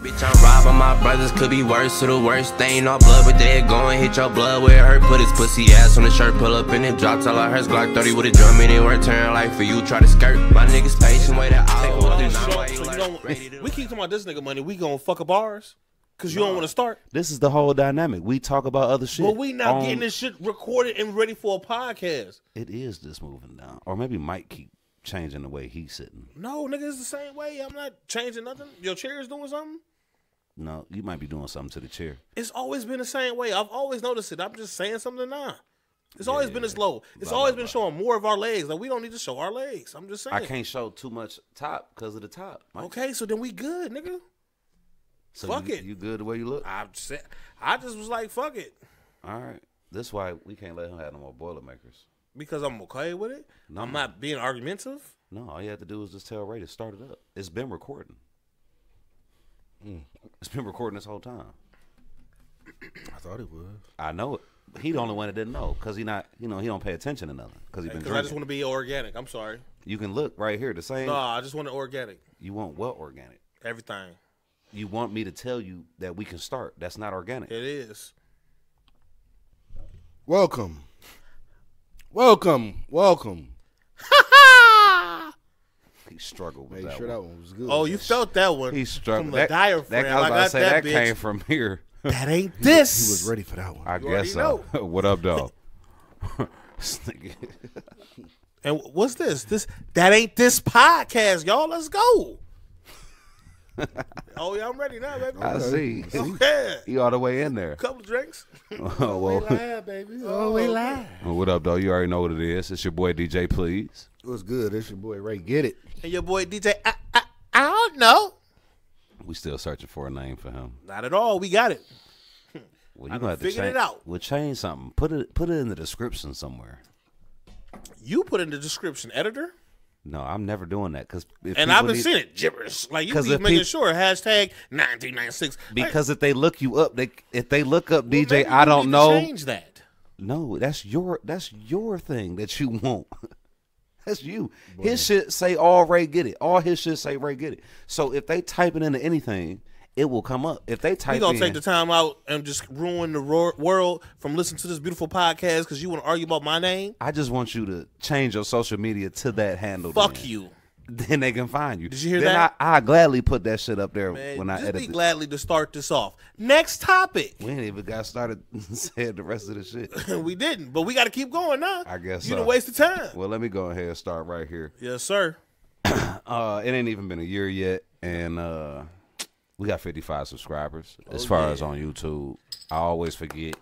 Bitch, I'm robbing my brothers, could be worse to the worst. They ain't all blood, but they going hit your blood where it hurt. Put his pussy ass on the shirt, pull up and it drops all I hers. Glock 30 with a drum in it, where turn like for you, try to skirt. My niggas patient, wait out. Take all this Nah, why short. you Oh, So you like- don't, ready to- if we keep talking about this nigga money, we gonna fuck up ours. Cause you don't want to start. This is the whole dynamic. We talk about other shit. But we not on- getting this shit recorded and ready for a podcast. It is just moving down, or maybe Mike keep changing the way he's sitting. No, nigga, it's the same way. I'm not changing nothing. Your chair is doing something. No, you might be doing something to the chair. It's always been the same way. I've always noticed it. I'm just saying something now. It's always been this low. It's always been showing more of our legs. Like we don't need to show our legs. I'm just saying. I can't show too much top because of the top. Mike. Okay, so then we good, nigga. so fuck you, it. You good the way you look? I said, I just was like, fuck it, All right. That's why we can't let him have no more Boilermakers. because I'm okay with it. I'm not being argumentative. No, all you have to do is just tell Ray to start it up. It's been recording. Mm. It's been recording this whole time. I thought it was. I know it. He the only one that didn't know because he not you know he don't pay attention to nothing because he been Because I drinking. just want to be organic. I'm sorry. you can look right here the same. No, I just want to organic You want what organic? everything. You want me to tell you that we can start? That's not organic. It is. Welcome. Welcome. Welcome. He struggled with Make that sure one. that one was good. Oh, you felt that one. He struggled from the that, diaphragm. That, I I, was about to got say that, that, bitch. came from here. That ain't He this. was ready for that one. I already guess so. what up, dog? This nigga- And wh- what's this? This that ain't this podcast, y'all. Let's go. oh yeah, I'm ready now, baby. I see. yeah, You all the way in there. couple of drinks. Oh, well, live, baby. Oh, we live. what up, dog? You already know what it is. It's your boy DJ, please. What's good? It's your boy Ray. Get it. And your boy DJ. I, I, I don't know. We still searching for a name for him. Not at all. We got it. Well, you gonna have to figured it change out. We'll change something. Put it put it in the description somewhere. You put in the description, editor, No, I'm never doing that because and I've been seeing it gibberish. Like you 'Cause keep if making peop- sure hashtag nine three nine six because if they look you up, they if they look up DJ, I don't know. Change that. No, that's your that's your thing that you want. that's you. His shit say all Ray get it. All his shit say Ray get it. So if they type it into anything, it will come up. If they type We gonna in, take the time out and just ruin the ro- world from listening to this beautiful podcast because you want to argue about my name. I just want you to change your social media to that handle. Fuck then. you. Then they can find you. Did you hear then that? I, I gladly put that shit up there Man, when I just be edit. it. gladly to start this off. Next topic. we ain't even got started. said the rest of the shit. we didn't, but we got to keep going now. I guess you so. done wasted time. well, let me go ahead and start right here. yes, sir. Uh, it ain't even been a year yet, and uh, we got 55 subscribers as far as on YouTube. I always forget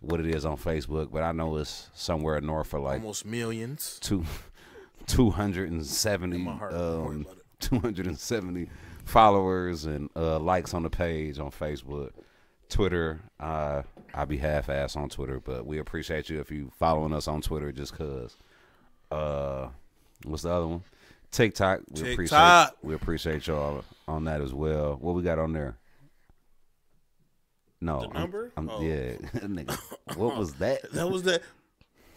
what it is on Facebook, but I know it's somewhere north for like Almost millions. two, 270, heart, don't worry um, about it. 270 followers and uh, likes on the page on Facebook. Twitter, uh, I be half ass on Twitter, but we appreciate you if you following us on Twitter just cause. Uh, what's the other one? TikTok. We TikTok. appreciate we appreciate y'all on that as well. What we got on there? No, I'm- number? I'm- Oh. Yeah, nigga. What was that? That was the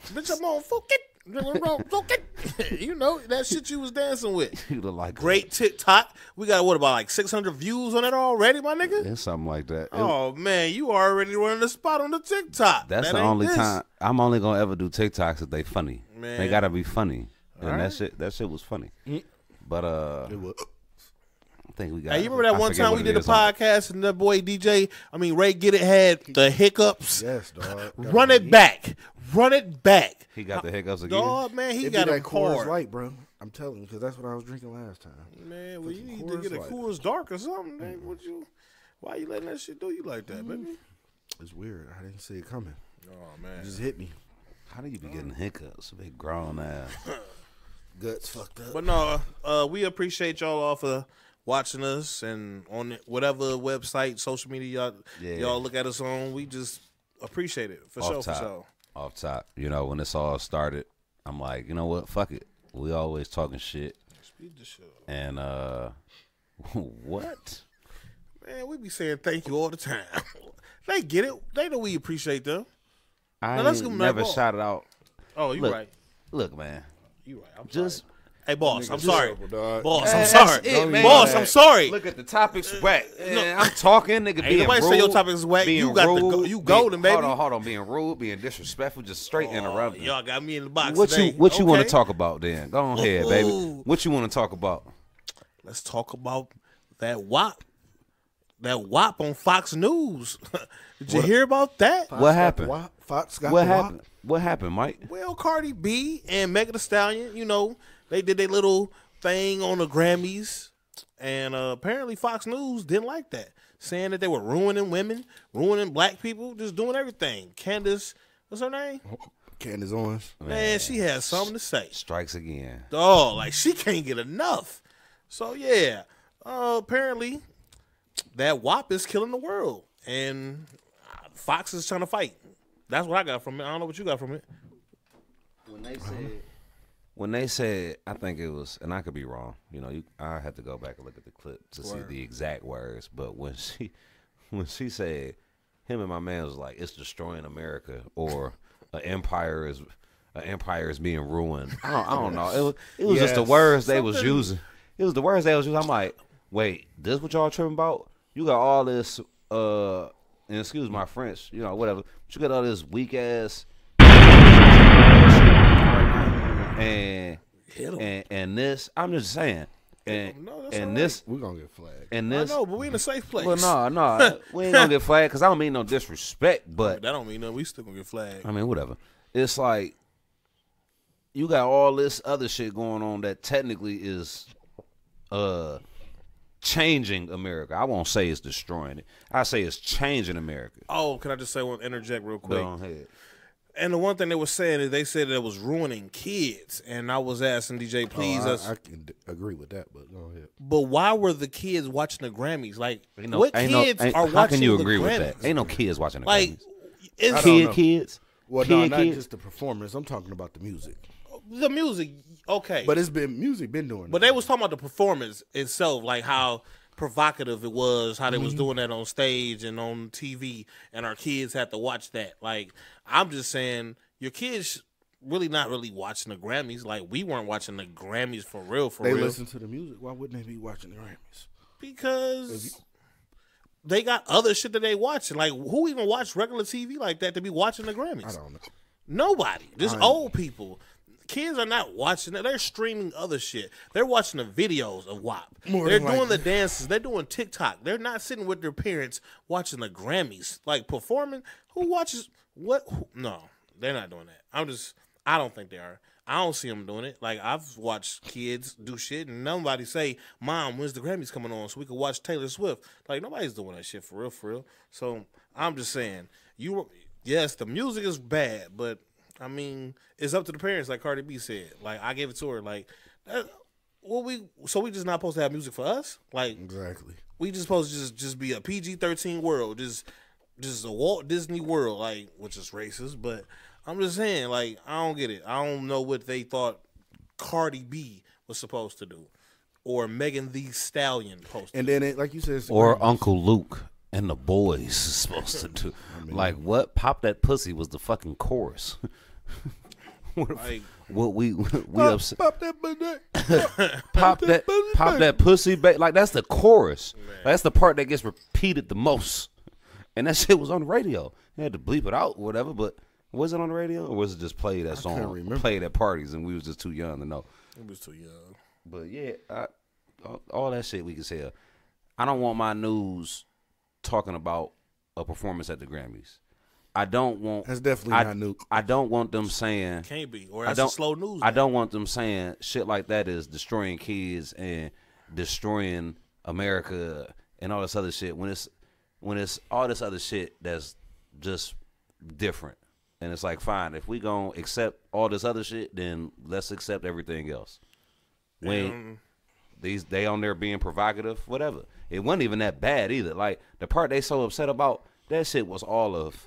bitch. I'm on fuck it. Nigga, I'm on, fuck it. you know that shit you was dancing with. you look like a- Great TikTok. We got what about like 600 views on it already, my nigga? It's something like that. It- Oh man, you already running the spot on the TikTok. That's That the ain't only this. time I'm only gonna ever do TikToks if they funny. They Man. Mm. gotta be funny, and that shit that shit was funny. But uh, I think we got. Hey, you remember that I one forget time what we it did a is on- podcast and that boy DJ, I mean Ray Get It had the hiccups. Yes, dog. Run it back. Run it back. He got the hiccups again. Dog, man, he It got be a that Coors cord. Light, bro. I'm telling you, because that's what I was drinking last time. Man, well, you need to Coors get a Light. Mm-hmm. Coors Dark or something. man. What you? Why you letting that shit do you like that, baby? It's weird. I didn't see it coming. Oh It man, just hit me. How do you be getting hiccups? Big grown ass. Guts fucked up. But no, uh, we appreciate y'all all for watching us and on whatever website, social media y'all Yeah. y'all look at us on. We just appreciate it for Off sure, top. for sure. Off top, you know when this all started, I'm like, you know what? Fuck it. We always talking shit, Speed the shit up. and uh, what? Man, we be saying thank you all the time. they get it. They know we appreciate them. I Now, let's ain't give 'em that never ball. shouted out. Oh, you Look. right. look, man. You right. I'm Just sorry. Hey, boss, I'm Niggas sorry. terrible, dog. Boss, I'm That's sorry. it, man. Boss, I'm sorry. Oh, Look at the topics whack. Man, I'm talking, nigga. being nobody say rude, your topics is whack. being You got the rude, go- you being- golden, Hold baby. on, hold on. Being rude, being disrespectful, just straight Oh, interrupting. y'all got me in the box. What you today. What you want to Okay. talk about then? Go on ahead, baby. Ooh. What you want to talk about? Let's talk about that WAP. That WAP on Fox News. Did you hear about that? Fox What got the happened? wop. Fox got What the wop. happened? What happened, Mike? Well, Cardi B and Megan Thee Stallion, you know, they did their little thing on the Grammys, and uh, apparently Fox News didn't like that, saying that they were ruining women, ruining black people, just doing everything. Candace, what's her name? Candace Owens. Man, she has something to say. Strikes again. Oh, like she can't get enough. So yeah, uh, apparently that WAP is killing the world, and Fox is trying to fight. That's what I got from it. I don't know what you got from it. When they said, when they said, I think it was, and I could be wrong. You know, you, I have to go back and look at the clip to see the exact words. But when she, when she said, him and my man was like, "It's destroying America," or "An empire is, an empire is being ruined." I don't, I don't know. It was, it was just the Yes. words they was using. It was the words they was using. I'm like, wait, this what y'all tripping about? You got all this, uh, and excuse my French, you know, whatever. But you got all this weak ass and Hit 'em. and and this. I'm just saying, and No, that's and all this We're gonna get flagged. and I this. know, but we in a safe place. Well, no, no, we ain't gonna get flagged because I don't mean no disrespect, but That don't mean nothing. We still gonna get flagged. I mean whatever. It's like you got all this other shit going on that technically is uh changing America. I won't say it's destroying it. I say it's changing America. Oh, can I just say one interject real quick? Go ahead. And the one thing they were saying is they said that it was ruining kids, and I was asking DJ, please, Oh, us, I, I can d- agree with that, but go ahead. but why were the kids watching the Grammys? Like, Ain't no- what ain't kids no- ain't- are How watching can you the agree with Grammys? that? Ain't no kids watching the Like, Grammys. it's don't Kid know. kids. Well, kid no, not kids. just the performance. I'm talking about the music. the music, okay, But it's been music been doing. But that. they was talking about the performance itself, like how provocative it was, how they was Mm-hmm. doing that on stage and on TV, and our kids had to watch that. Like I'm just saying, your kids really not really watching the Grammys. Like we weren't watching the Grammys for real, for they real, listen to the music. Why wouldn't they be watching the Grammys? because. They got other shit that they watching. Like who even watch regular TV like that to be watching the Grammys? I don't know. Nobody. Just old people. Kids are not watching it. They're streaming other shit. They're watching the videos of WAP. More they're than doing likely. the dances. They're doing TikTok. They're not sitting with their parents watching the Grammys, like performing. Who watches what? Who, no, they're not doing that. I'm just. I don't think they are. I don't see them doing it. Like I've watched kids do shit, and nobody say, "Mom, when's the Grammys coming on so we can watch Taylor Swift?" Like nobody's doing that shit for real, for real. So I'm just saying, you. Yes, the music is bad, but I mean, it's up to the parents, like Cardi B said. Like I gave it to her. Like, that, well, we so we just not supposed to have music for us. Like Exactly. we just supposed to just just be a PG thirteen world, just just a Walt Disney world, like which is racist. But I'm just saying, like I don't get it. I don't know what they thought Cardi B was supposed to do, or Megan the Stallion posted. And then, it, like you said, it's the uh, or Uncle Luke and the boys is supposed to do. like what? Pop that pussy was the fucking chorus. what, Like- what we we Grammys. upset? Pop that banana. Pop that pop that pussy back. Like that's the chorus. Like, that's the part that gets repeated the most. And that shit was on the radio. They had to bleep it out, whatever. But was it on the radio or was it just played at couldn't song, remember. played at parties, and we was just too young to know. it was too young. But yeah, I, all, all that shit we can tell. I don't want my news talking about a performance at the Grammys. I don't want. That's definitely I, not new. I don't want them saying. Can't be, or I that's don't a slow news. I don't want them saying shit like that is destroying kids and destroying America and all this other shit. When it's when it's all this other shit that's just different. And it's like, fine, if we gonna accept all this other shit, then let's accept everything else. When these they on there being provocative, whatever. It wasn't even that bad either. Like the part they so upset about, that shit was all of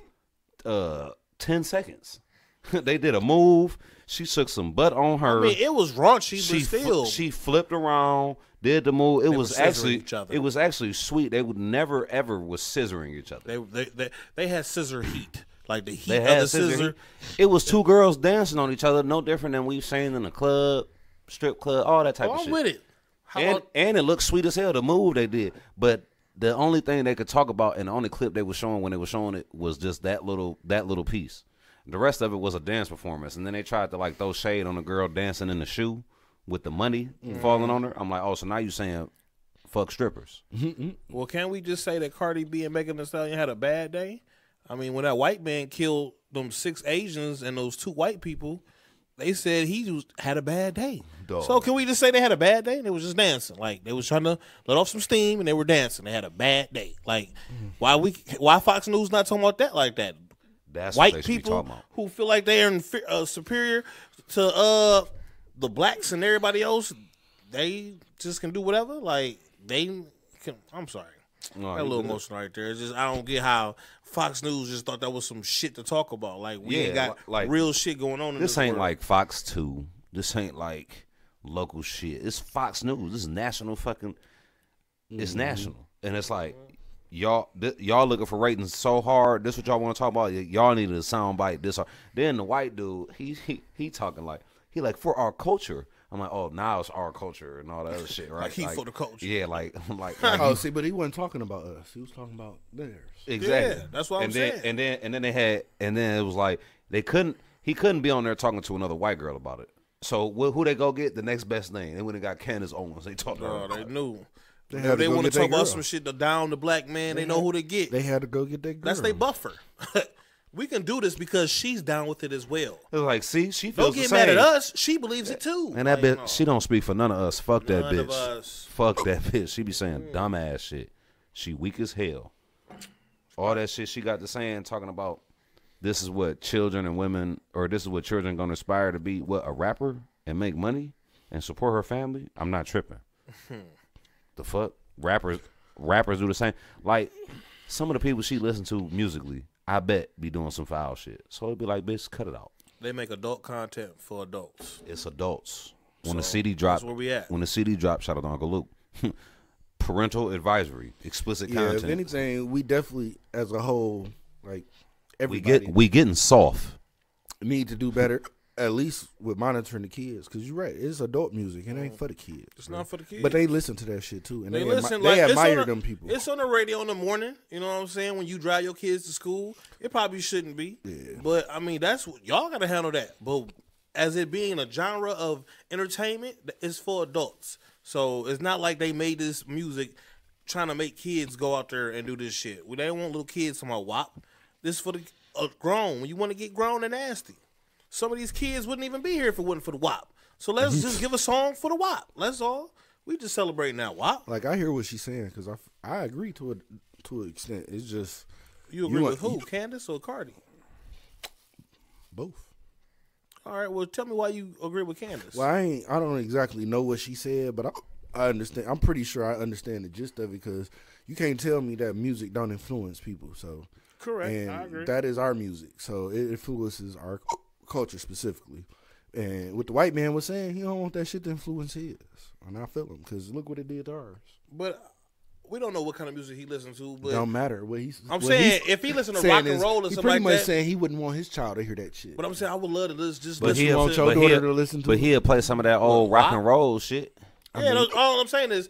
uh ten seconds. they did a move. She took some butt on her. I mean, it was raunchy, she but fl- still, she flipped around, did the move. It was were scissoring actually each other. it was actually sweet. They would never ever was scissoring each other. they, they they they had scissor heat, like the heat They of had the scissor. scissor. It was two girls dancing on each other, no different than we've seen in the club. strip club, all that type of I'm shit. with it. How and, about and it looked sweet as hell the move they did but the only thing they could talk about and the only clip they were showing when they were showing it was just that little that little piece the rest of it was a dance performance and then they tried to like throw shade on the girl dancing in the shoe with the money falling on her i'm like oh so now you saying fuck strippers well? Can we just say that Cardi B and Megan Thee Stallion had a bad day? I mean, when that white man killed them six Asians and those two white people, they said he just had a bad day. Dog. So can we just say they had a bad day? They was just dancing, like they was trying to let off some steam and they were dancing. They had a bad day. Like why we why Fox News not talking about that like that? that's what they white should be people talking about who feel like they're infer- uh, superior to uh the blacks and everybody else, they just can do whatever. Like they can. I'm sorry, No, Got a you little good. emotional right there. It's just I don't get how Fox News just thought that was some shit to talk about. Like we Yeah, ain't got li- like- real shit going on. In this, this ain't world. like fox 2 this ain't like local shit it's fox news this is national fucking Mm-hmm. it's national, and it's like y'all th- y'all looking for ratings so hard. This what y'all want to talk about. Y- Y'all needed a sound bite this hard. Then the white dude, he, he he talking like he like for our culture. I'm like, oh, now it's our culture and all that other shit, right? he for the culture. Yeah, like like, like Oh, see, but he wasn't talking about us. He was talking about theirs. Exactly. Yeah, that's what I'm and then, saying. And then and then they had and then it was like they couldn't he couldn't be on there talking to another white girl about it. So wh- who they go get the next best thing? They went and got Candace Owens. They talked to her. Oh, they knew. They, had to go want to get talk that about girl. some shit to down the black man. They, know who to get. They had to go get that girl. That's their buffer. we can do this because she's down with it as well. It was like, see, she Don't feels the get same. mad at us. She believes it too. And that Like, bitch, she don't speak for none of us. Fuck that None of bitch. us. Fuck that bitch. She be saying dumbass shit. She weak as hell. All that shit she got to saying, talking about this is what children and women, or this is what children gonna aspire to be. What a rapper and make money and support her family. I'm not tripping. the fuck rappers, rappers do the same. Like some of the people she listen to musically, I bet be doing some foul shit. So it'd be like, bitch, cut it out. They make adult content for adults. It's adults. When the CD dropped, where we at. When the CD dropped, shout out to Uncle Luke. Parental advisory, explicit yeah, if content. anything, we definitely, as a whole, like we everybody, get we getting soft. need to do better. At least with monitoring the kids, because you're right, it's adult music. It ain't for the kids. It's not for the kids. But they listen to that shit too, and they, they, admi- listen. they like, it's on admire the- them people. It's on the radio in the morning. You know what I'm saying? When you drive your kids to school, it probably shouldn't be. Yeah. But I mean, that's what y'all got to handle that. But as it being a genre of entertainment, th- it's for adults. So it's not like they made this music trying to make kids go out there and do this shit. Well, They don't want little kids to my wop. This for the uh, grown. When you want to get grown and nasty. Some of these kids wouldn't even be here if it wasn't for the WAP. So let's just give a song for the WAP. That's all. We just celebrating that WAP. like I hear what she's saying because I, f- I agree to a to an extent. It's just You agree You with are- who, Candace or Cardi? both. All right. Well, tell me why you agree with Candace. Well, I ain't. I don't exactly know what she said, but I, I understand. I'm pretty sure I understand the gist of it because you can't tell me that music don't influence people. So Correct, I and agree. that is our music. So it influences our c- culture specifically. And what the white man was saying, he don't want that shit to influence his. And I feel him because look what it did to ours. But we don't know what kind of music he listens to. But Don't matter what he's. I'm what saying he's if he listens to saying rock and is roll or he something pretty like much that. saying he wouldn't want his child to hear that shit. but I'm saying I would love to listen, just But listen he, want to. your but daughter he'll, to listen to but it? he'll play some of that old rock why? and roll shit. yeah, those- all I'm saying is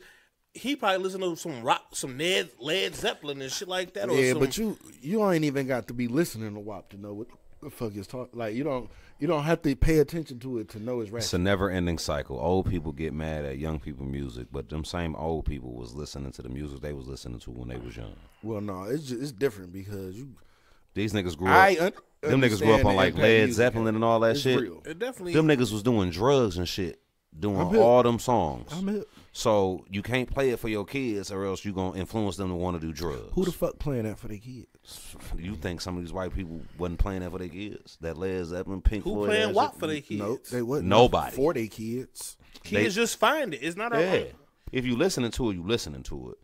he probably listened to some rock, some Ned, Led Zeppelin and shit like that. Or Yeah, some, but you you ain't even got to be listening to WAP to know what the fuck is talking. Like you don't you don't have to pay attention to it to know it's It's rap. a never ending cycle. Old people get mad at young people music, but them same old people was listening to the music they was listening to when they was young. Well, no, it's just, it's different because you. These niggas grew up. I un- them niggas grew up understand on the like impact Led music Zeppelin had. and all that It's shit. real. it definitely Them niggas was doing drugs and shit, doing I'm hip. all them songs. I'm hip. So you can't play it for your kids, or else you gonna influence them to want to do drugs. Who the fuck playing that for their kids? you think some of these white people wasn't playing that for their kids? That Led Zeppelin, Pink who Floyd, playing that WAP shit? for their kids. Nope, they wasn't Nobody. for their kids. Kids just find it. It's not our Yeah. fault. If you listening to it, you listening to it.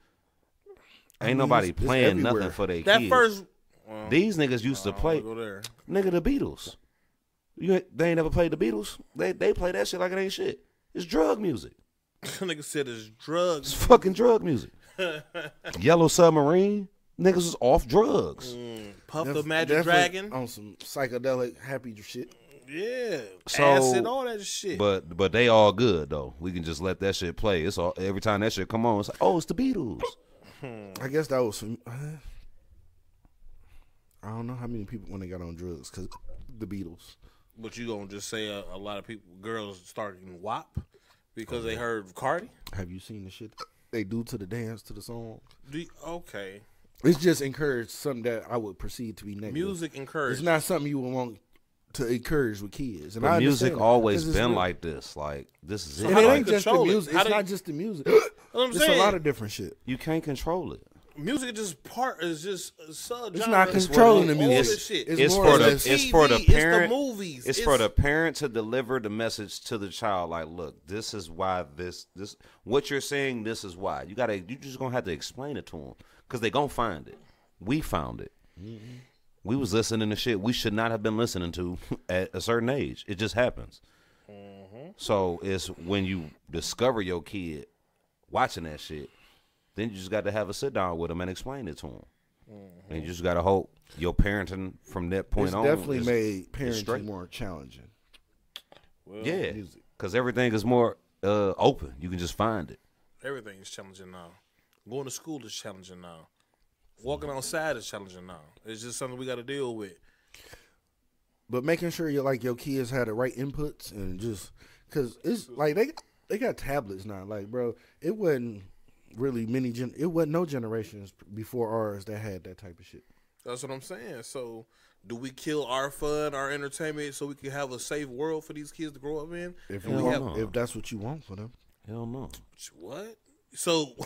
Ain't mean, nobody it's- it's playing nothing everywhere. for their That kids. first well, these niggas used to I don't wanna play go there. nigga the Beatles. You ain't- they ain't never played the Beatles. They they play that shit like it ain't shit. It's drug music. nigga said it's drugs. It's fucking drug music. Yellow Submarine, niggas was off drugs. Puff the Def- Magic definitely um, Dragon. on some psychedelic happy shit. Yeah. So- Acid, all that shit. But but they all good though. We can just let that shit play. It's all every time that shit come on. It's like oh, it's the Beatles. I guess that was. From, uh, I don't know how many people when they got on drugs because the Beatles. but you gonna just say a, a lot of people, girls starting WAP because they heard Cardi? Have you seen the shit they do to the dance to the song? Do you- okay. It's just encouraged something that I would perceive to be negative. Music It's encouraged. not something you would want to encourage with kids. And I But music understand that, always 'cause it's been real. like this. Like this is And it. how do it you Like, ain't just the control it? music. How It's do you- not just the music. what I'm It's a saying. lot of different shit. you can't control it. Music is just part is just a sub. It's not controlling the music. All this shit. It's It's more for or the less- it's for the TV, it's the parent. movies, It's, it's- for the parent to deliver the message to the child. Like, look, this is why this this what you're saying. This is why you gotta. You just gonna have to explain it to them because they gonna find it. We found it. Mm-hmm. We was listening to shit we should not have been listening to at a certain age. It just happens. Mm-hmm. So it's when you discover your kid watching that shit, then you just got to have a sit down with them and explain it to them. And you just got to hope your parenting from that point It's on definitely is- made straight. parenting more challenging. yeah, because everything is more uh, open. You can just find it. Everything is challenging now. Going to school is challenging now. Walking outside is challenging now. It's just something we got to deal with. but making sure you like your kids had the right inputs and just because it's like they they got tablets now like bro it wasn't really many gen it wasn't no generations before ours that had that type of shit That's what I'm saying. So, do we kill our fun, our entertainment, so we can have a safe world for these kids to grow up in? if And you we want- have- if that's what you want for them Hell no. what? So,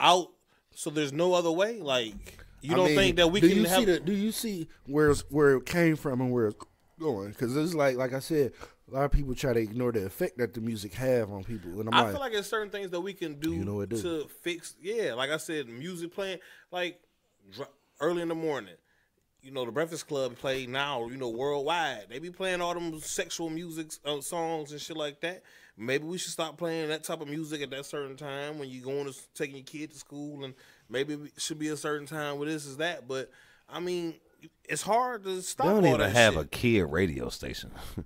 out. So there's no other way. Like you I don't mean, think that we do can you have see the, do you see where it's, where it came from and where it's going because it's like like I said a lot of people try to ignore the effect that the music have on people and I'm I like, feel like there's certain things that we can do, You know it do. to fix. Yeah, like I said, music playing like dr- early in the morning. You know, the Breakfast Club play now. You know, worldwide they be playing all them sexual music uh, songs and shit like that. Maybe we should stop playing that type of music at that certain time when you're going to s- taking your kid to school, and maybe it should be a certain time where this is that. But I mean, it's hard to stop. They don't all even that have shit. a kid radio station.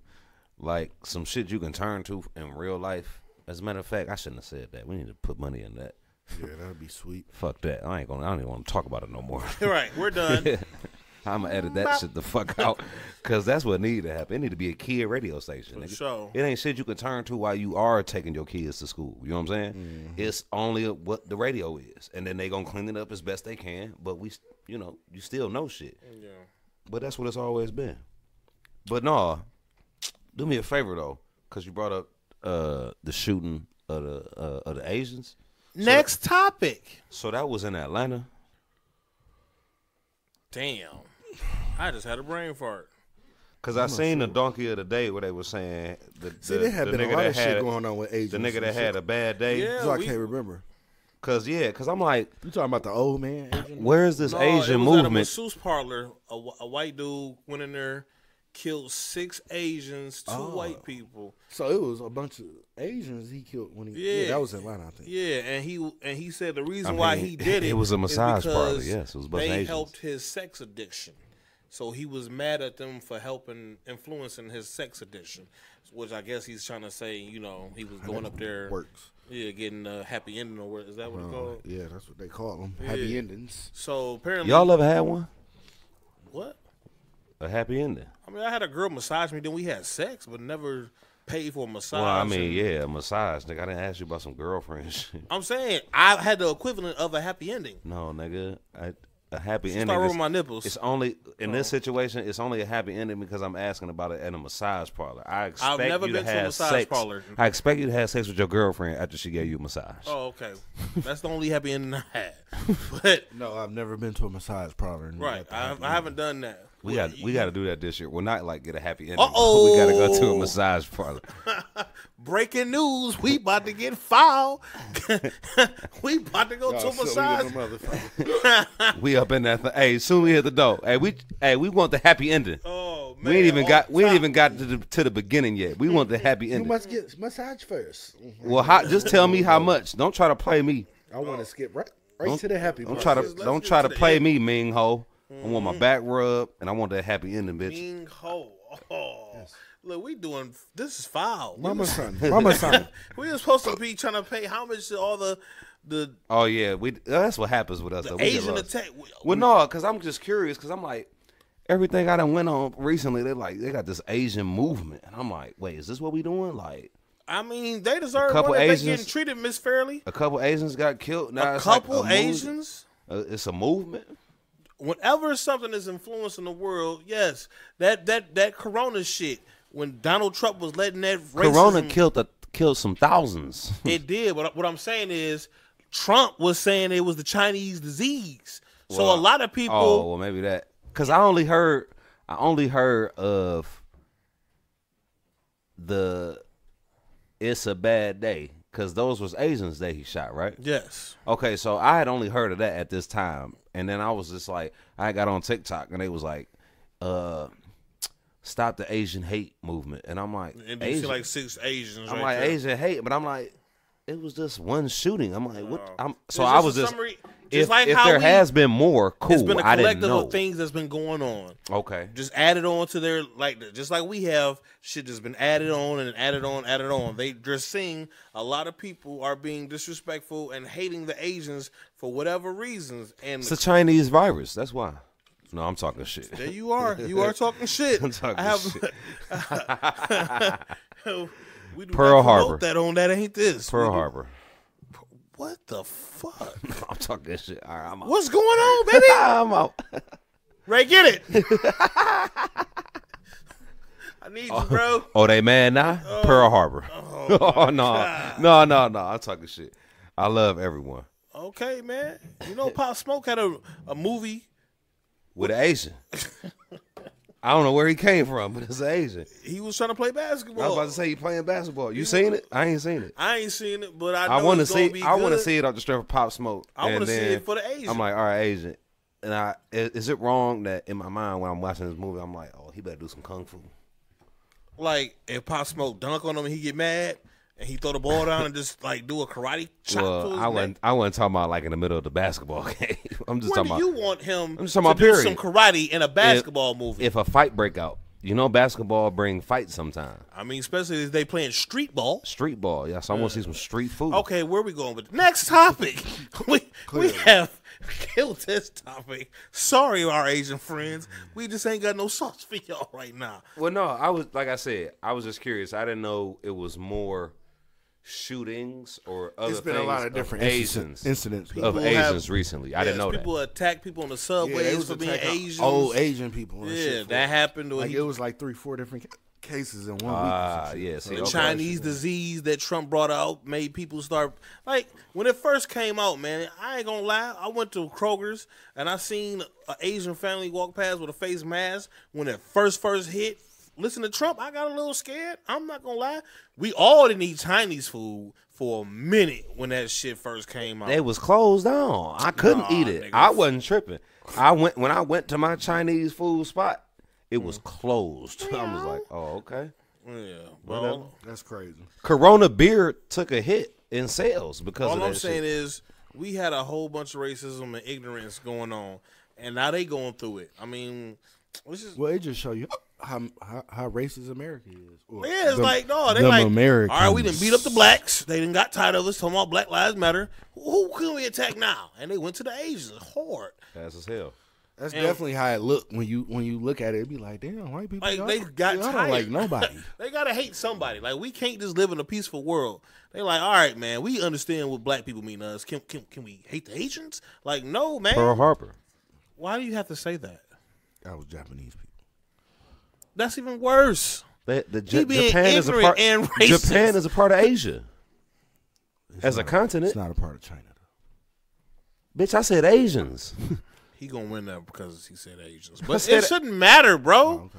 like some shit you can turn to in real life. As a matter of fact, I shouldn't have said that. We need to put money in that. yeah that'd be sweet Fuck that. I ain't gonna. I don't even want to talk about it no more. right. We're done. I'm gonna edit that shit the fuck out, cause that's what need to happen. It need to be a kid radio station. nigga. sure. It ain't shit you can turn to while you are taking your kids to school. You know what I'm saying? Mm-hmm. It's only what the radio is, and then they gonna clean it up as best they can. But we, s- you know, you still know shit. yeah. But that's what it's always been. But no, do me a favor though, cause you brought up uh, the shooting of the uh, of the Asians. Next topic. So that was in Atlanta. Damn. I just had a brain fart. Cause I seen the donkey of the day where they were saying the, the, see there have the been nigga a lot that of shit had- going on with Asians the nigga and that shit. had a bad day. Yeah. so I we- can't remember Cause yeah, cause I'm like, you talking about the old man Asian? where is this No, Asian it was At a movement? masseuse parlor, a, wh- a white dude went in there, killed six Asians, two Oh. white people. So it was a bunch of Asians he killed when he. Yeah, Yeah. that was Atlanta, I think. Yeah, and he and he said the reason I why mean, he did it. it was a is massage parlor, because yes, it was a bunch of they Asians. helped his sex addiction, so he was mad at them for helping influencing his sex addiction, which I guess he's trying to say. You know, he was going up there, Works. yeah, getting a happy ending or what is that what Oh, it's called? Yeah, that's what they call them. Happy endings. So apparently, Y'all ever had one? what? A happy ending? I mean, I had a girl massage me, then we had sex, but never paid for a massage. Well, I mean, and- yeah, a massage. Nigga, I didn't ask you about some girlfriend shit. I'm saying I had the equivalent of a happy ending. No, nigga, I, a happy ending. Start is- with my nipples. Oh. It's only in this situation. It's only a happy ending because I'm asking about it at a massage parlor. I expect never you to been to a have massage sex. parlor. I expect you to have sex with your girlfriend after she gave you a massage. oh, okay. That's the only happy ending I had. But No, I've never been to a massage parlor. and right, got the I, happy I haven't done that. We got we got to do that this year. Well, not like get a happy ending. but Uh-oh. We got to go to a massage parlor. Breaking news: We about to get foul. we about to go to a massage. we up in that. Th- hey, soon we hit the door. Hey, we hey we want the happy ending. Oh man, we ain't even on got we ain't top. even got to the, to the beginning yet. We want the happy You ending. must get massage first. Mm-hmm. Well, how, just tell me how much. Don't try to play me. I want to skip right, right to the happy. Don't part. try to Let's- let's don't get try to to the play end. me, Ming Ho. I want my back rub and I want that happy ending, bitch. Bing ho. Oh. Look, we doing this is foul. We Mama was- son, mama son. we were supposed to be trying to pay homage to all the the Oh yeah, we. That's what happens with us. though. We get Asian lost. attack. Well, no, because I'm just curious. Because I'm like, everything I done went on recently, they like they got this Asian movement, and I'm like, wait, is this what we doing? Like I mean, they deserve couple more than they getting Asians. treated misfairly. a couple Asians got killed. Now A it's like couple move- Asians. uh, it's a movement. Whenever something is influencing the world, yes, that that that Corona shit. When Donald Trump was letting that racism, Corona killed a, killed some thousands. It did, but what I'm saying is, Trump was saying it was the Chinese disease. So Well, a lot of people, Oh well, maybe that. Cause I only heard, I only heard of the. It's a bad day. Cause those was Asians that he shot, right? yes, Okay, so I had only heard of that at this time, and then I was just like, I got on TikTok, and they was like, uh, "Stop the Asian hate movement," and I'm like, and you see Asian. like six Asians. I'm right like there. Asian hate, but I'm like, it was just one shooting. I'm like, what? I'm, so It's I just was a just, summary- just if, like if how there we- has been more, cool. It's been a I didn't collective know. of things that's been going on. Okay, Just added on to their like, just like we have shit that's been added on and added on, added on. They they're seeing a lot of people are being disrespectful and hating the Asians for whatever reasons. And it's a Chinese virus. That's why. No, I'm talking shit. there you are, you are talking shit. I'm talking I have. shit. we do Pearl not promote Harbor. That on that ain't this. We Pearl do- Harbor. What the fuck? I'm talking shit. All right, I'm out. Ah, What's going on, baby? I'm out. Ray, get it. I need you, bro. Oh, they mad now? Pearl Harbor. Oh, no, no, no, no. I'm talking shit. I love everyone Okay, man. You know, Pop Smoke had a, a movie. with an Asian. I don't know where he came from, but it's an Asian. He was trying to play I was basketball. about to say he playing basketball. You seen it? I ain't seen it. I ain't seen it, but I know I want to it's gonna see. Be I want to good. see it off the strip of Pop Smoke. I wanna And see then it for the Asian. I'm like, all right, Asian. And I i- is it wrong that in my mind when I'm watching this movie, I'm like, oh, he better do some kung fu. Like if Pop Smoke dunk on him, and he get mad and he throw the ball down and just like do a karate chop. to Well, his I neck. wasn't. I wasn't talking about like in the middle of the basketball game. I'm just When talking do about you want him I'm just talking to about do period. some karate in a basketball movie? if a fight break out. You know, basketball bring fights sometimes. I mean, especially if they playing street ball. Street ball, yeah. So I want to see some street food. Okay, where we going with the next topic? We, we have killed this topic. Sorry, our Asian friends. We just ain't got no sauce for y'all right now. Well, no, I was like I said, I was just curious. I didn't know it was more shootings or other. It's been a lot things of different Asians incidents. incidents though. of People have- Asians recently. I didn't Yes, know that. people attack people on the subways they for being attacking Asians. Old Asian people. And yeah, shit for that it. happened. When Like he, it was like three, four different ca- cases in one Ah, week. yeah. See, the okay. Chinese disease that Trump brought out made people start like when it first came out, man. I ain't gonna lie. I went to Kroger's and I seen an Asian family walk past with a face mask when it first first hit. Listen to Trump. I got a little scared. I'm not gonna lie. We all didn't eat Chinese food for a minute when that shit first came out. They was closed down. I couldn't Nah, eat it. nigga. I wasn't tripping. I went when I went to my Chinese food spot. It was Mm-hmm. closed. I was like, oh, okay. yeah, well, That's crazy. Corona beer took a hit in sales because of All that I'm saying shit. is we had a whole bunch of racism and ignorance going on, and now they going through it. I mean, which is Well, it just show you how how, how racist America is. Or yeah, it's the- like no, they them like Americans. all right, we didn't beat up the blacks. They didn't got tired of us talking about Black Lives Matter. Who can we attack now? And they went to the Asians hard. Fast as hell. That's and- definitely how it look when you when you look at it. It be like, damn, white people. Like y'all- they got y'all tired. don't like nobody. they gotta hate somebody. Like we can't just live in a peaceful world. They like, all right, man, we understand what black people mean to us. Can can, can we hate the Asians? Like, no, man. Pearl Harbor. Why do you have to say that? that was Japanese people. That's even worse. The, the He Ja- being Japan is a ignorant part. and racist. Japan is a part of Asia as a continent. It's not a part of China though. Bitch, I said Asians. He gonna win that because he said Asians, but said it it- Oh, shouldn't matter, bro.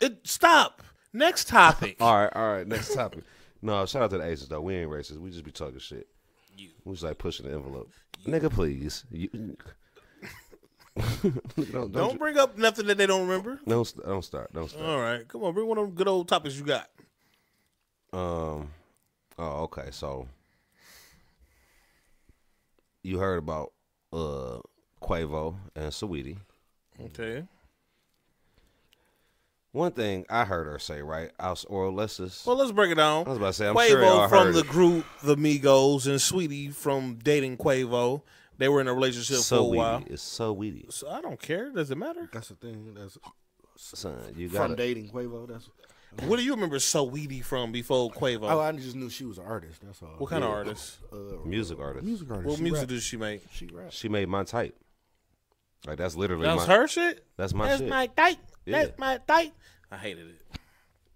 It stop. Next topic. all right, all right. Next topic. No, shout out to the Asians though. We ain't racist. We just be talking shit. We just like pushing the envelope. Nigga, please. You, don't don't don't don't, bring up nothing that they don't remember. don't st- don't start. Don't start. All right, come on, bring one of them good old topics you got. Um. Oh, okay. So you heard about uh Quavo and Saweetie. Okay, One thing I heard her say, right? I was, or let's just. Well, let's break it down. I was about to say, I'm Quavo sure y'all from heard the it. group The Migos and Sweetie from dating Quavo. They were in a relationship so for a weedy. while. It's so weedy. So I don't care. Does it matter? That's the thing. That's Son, you from got it. dating Quavo. That's What do you remember So Weedy from before Quavo? oh, I just knew she was an artist. That's all. what kind of artist? Uh, Music artist. music artist. What she music rap. does she make? she rap? She made my type. Like, that's literally That was my. her shit. That's my That's shit. my type. Yeah. That's my type. I hated it.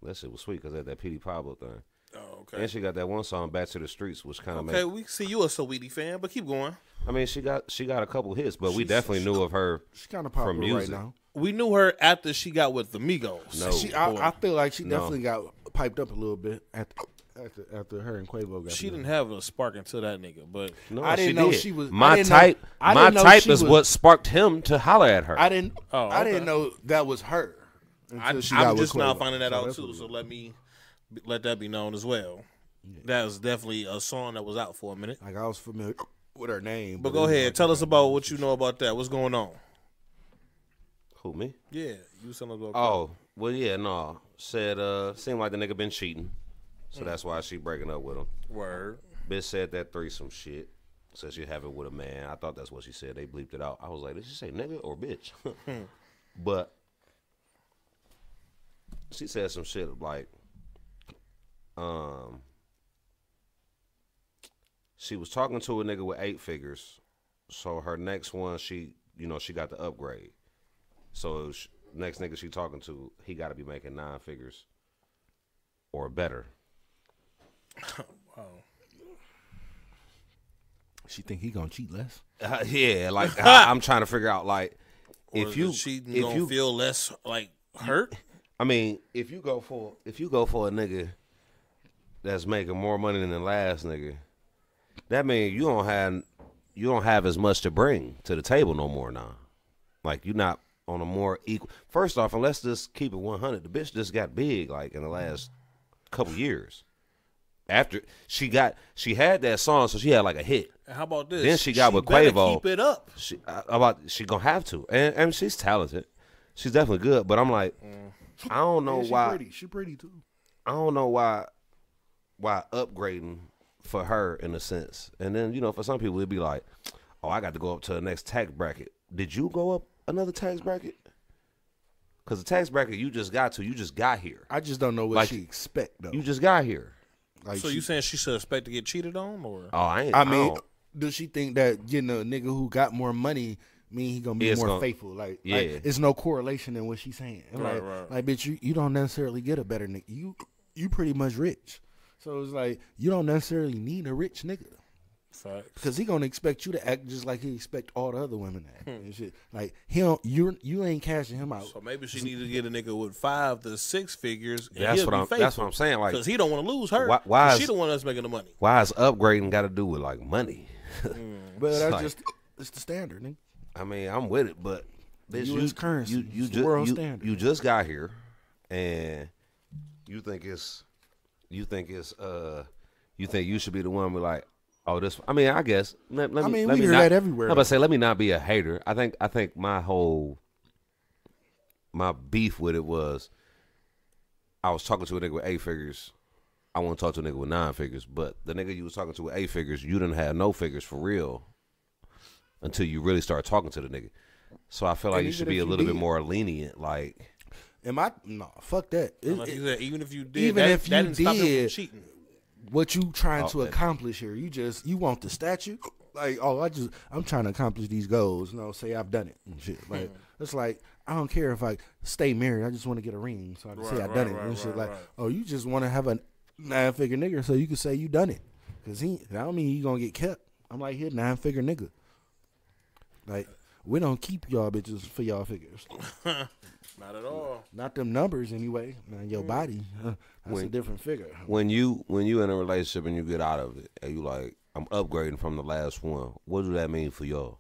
That shit was sweet because had that Petey Pablo thing. Oh, okay. And she got that one song, Back to the Streets, which kind of Okay, made. we see you a So Weedy fan, but keep going. I mean, she got she got a couple hits, but we definitely knew of her. She kind of popular right music. now. We knew her after she got with the Migos. No. She, I, I feel like she No. definitely got piped up a little bit after after, after her and Quavo got. She together. didn't have a spark until that nigga, but No, I didn't she know did. she was- I my didn't know- type. I my didn't know type she is was- what sparked him to holler at her. I didn't. Oh, I didn't okay. know that was her. I, until she got I'm with just now Quavo. finding that So out that's too. what- So let me let that be known as well. That was definitely a song that was out for a minute. Like I was familiar with her name. But go it was ahead, tell us about what you know about that. What's going on? Who me? Yeah, you was telling us about. Oh, well, yeah, no. Said uh, seemed like the nigga been cheating, Mm. so that's why she breaking up with him. word. Bitch said that threesome shit. Said she have it with a man. I thought that's what she said. They bleeped it out. I was like, did she say nigga or bitch? but she said some shit like, um, she was talking to a nigga with eight figures. So her next one, she, you know, she got the upgrade. So sh next nigga she talking to, he got to be making nine figures or better. like, She think he gonna cheat less. Uh, yeah, like I, I'm trying to figure out like Or if you cheating, if gonna you feel less like hurt. I mean if you go for if you go for a nigga that's making more money than the last nigga, that means you don't have you don't have as much to bring to the table no more now. Like you're not on a more equal. First off, and let's just keep it 100. The bitch just got big like in the last couple years. After she got she had that song, so she had like a hit. And how about this? Then she got with better Quavo. Keep it up. she I- about she gonna have to, and, and she's talented. She's definitely good, but I'm like, I don't know Mm. Yeah, she why. pretty. She pretty too. I don't know why why upgrading for her in a sense. And then you know, for some people it'd be like, oh, I got to go up to the next tax bracket. Did you go up another tax bracket? Because the tax bracket you just got to, you just got here. I just don't know what Like- she expect though. You just got here. like, So she- you saying she should expect to get cheated on, or Oh, I ain't. I mean, don't- does she think that getting a nigga who got more money mean he gonna be It's more gonna- faithful? Like, Yeah. like, it's no correlation in what she's saying. And Right, like, right. like, bitch, you, you don't necessarily get a better nigga. You you pretty much rich, so it's like you don't necessarily need a rich nigga facts? because he gonna expect you to act just like he expect all the other women to Hmm. act and shit. Like he don't you you ain't cashing him out. So maybe she needed to get a nigga with five to six figures. And That's he'll what be I'm- that's faithful. what I'm saying, like, because he don't want to lose her. why- why 'Cause is- she the one that's making the money? why is upgrading got to do with like money? But that's like- just it's the standard, nigga. I mean, I'm with it, but bitch, US currency. You you It's the just world you, standard. you just got here, and you think it's you think it's uh you think you should be the one with like oh this. I mean, I guess let, let I me. mean, let we me hear not, that everywhere, I'm about to say let me not be a hater. I think I think my whole my beef with it was I was talking to a nigga with eight figures. I want to talk to a nigga with nine figures, but the nigga you was talking to with eight figures, you didn't have no figures for real until you really start talking to the nigga. So I feel like And you even should be if a you little bit did. more lenient. Like, Am I no fuck that? It- Unless it- you said, even if you did, even that, if that you didn't stop him from did- cheating. what you trying to that- accomplish here. You just you want the statue. Like, oh, I just I'm trying to accomplish these goals. No, say I've done it and shit. Like Hmm. it's like I don't care if I stay married. I just want to get a ring so I can say Right, I've done right, it right, and shit. right, like, right. oh, you just want to have a nine figure nigga so you can say you done it. Cause he, I don't mean you gonna get kept. I'm like here nine figure nigga. Like we don't keep y'all bitches for y'all figures. Not at all. Not them numbers anyway. Now your Hmm. body, huh, that's a different figure. when you when you in a relationship and you get out of it, and you like, I'm upgrading from the last one. What do that mean for y'all?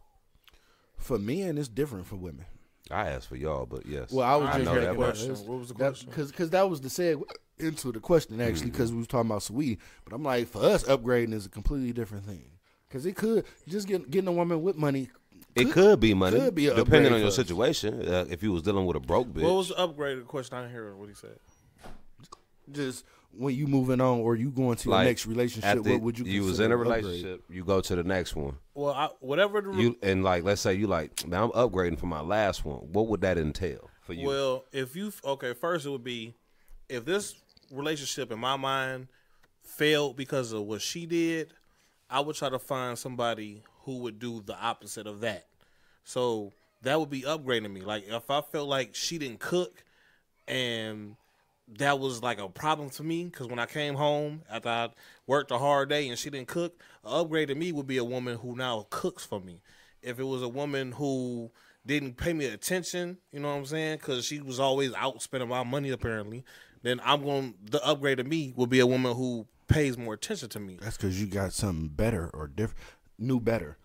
For men, it's different for women. I asked for y'all, but yes. Well, I was just know here that to much. question. What was the question? Because because that was the segue into the question actually Mm-hmm. because we was talking about sweetie, but I'm like for us upgrading is a completely different thing because it could just get, getting a woman with money It could be money, could be a upgrade depending on for your us. situation. Uh, if you was dealing with a broke bitch, What was the upgraded question? I didn't hear what he said. Just when you moving on or you going to your like, next relationship, after what would you? You was consider in a an upgrade? relationship. You go to the next one. Well, I, whatever the You and like, let's say you like, man, I'm upgrading for my last one. What would that entail for you? Well, if you okay, first it would be if this relationship in my mind failed because of what she did, I would try to find somebody who would do the opposite of that. So that would be upgrading me. Like if I felt like she didn't cook and that was like a problem to me because when I came home after I worked a hard day and she didn't cook, an upgrade to me would be a woman who now cooks for me. If it was a woman who didn't pay me attention, you know what I'm saying? Because she was always out spending my money apparently. Then I'm going to the upgrade to me would be a woman who pays more attention to me. That's because you got something better or different, new better.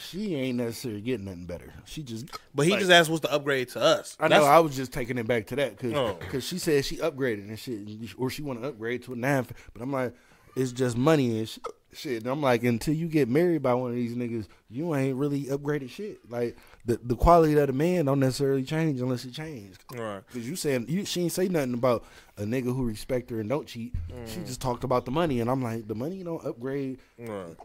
She ain't necessarily getting nothing better. She just. But he like, just asked what's the upgrade to us. I know. That's- I was just taking it back to that because Oh. she said she upgraded and shit, and you- or she want to upgrade to a nine. But I'm like, it's just money and sh- shit. And I'm like, until you get married by one of these niggas, you ain't really upgraded shit. Like the the quality of the man don't necessarily change unless it changed. Right. Cause you saying you, she ain't say nothing about a nigga who respect her and don't cheat. Mm. She just talked about the money, and I'm like, the money don't upgrade. Right.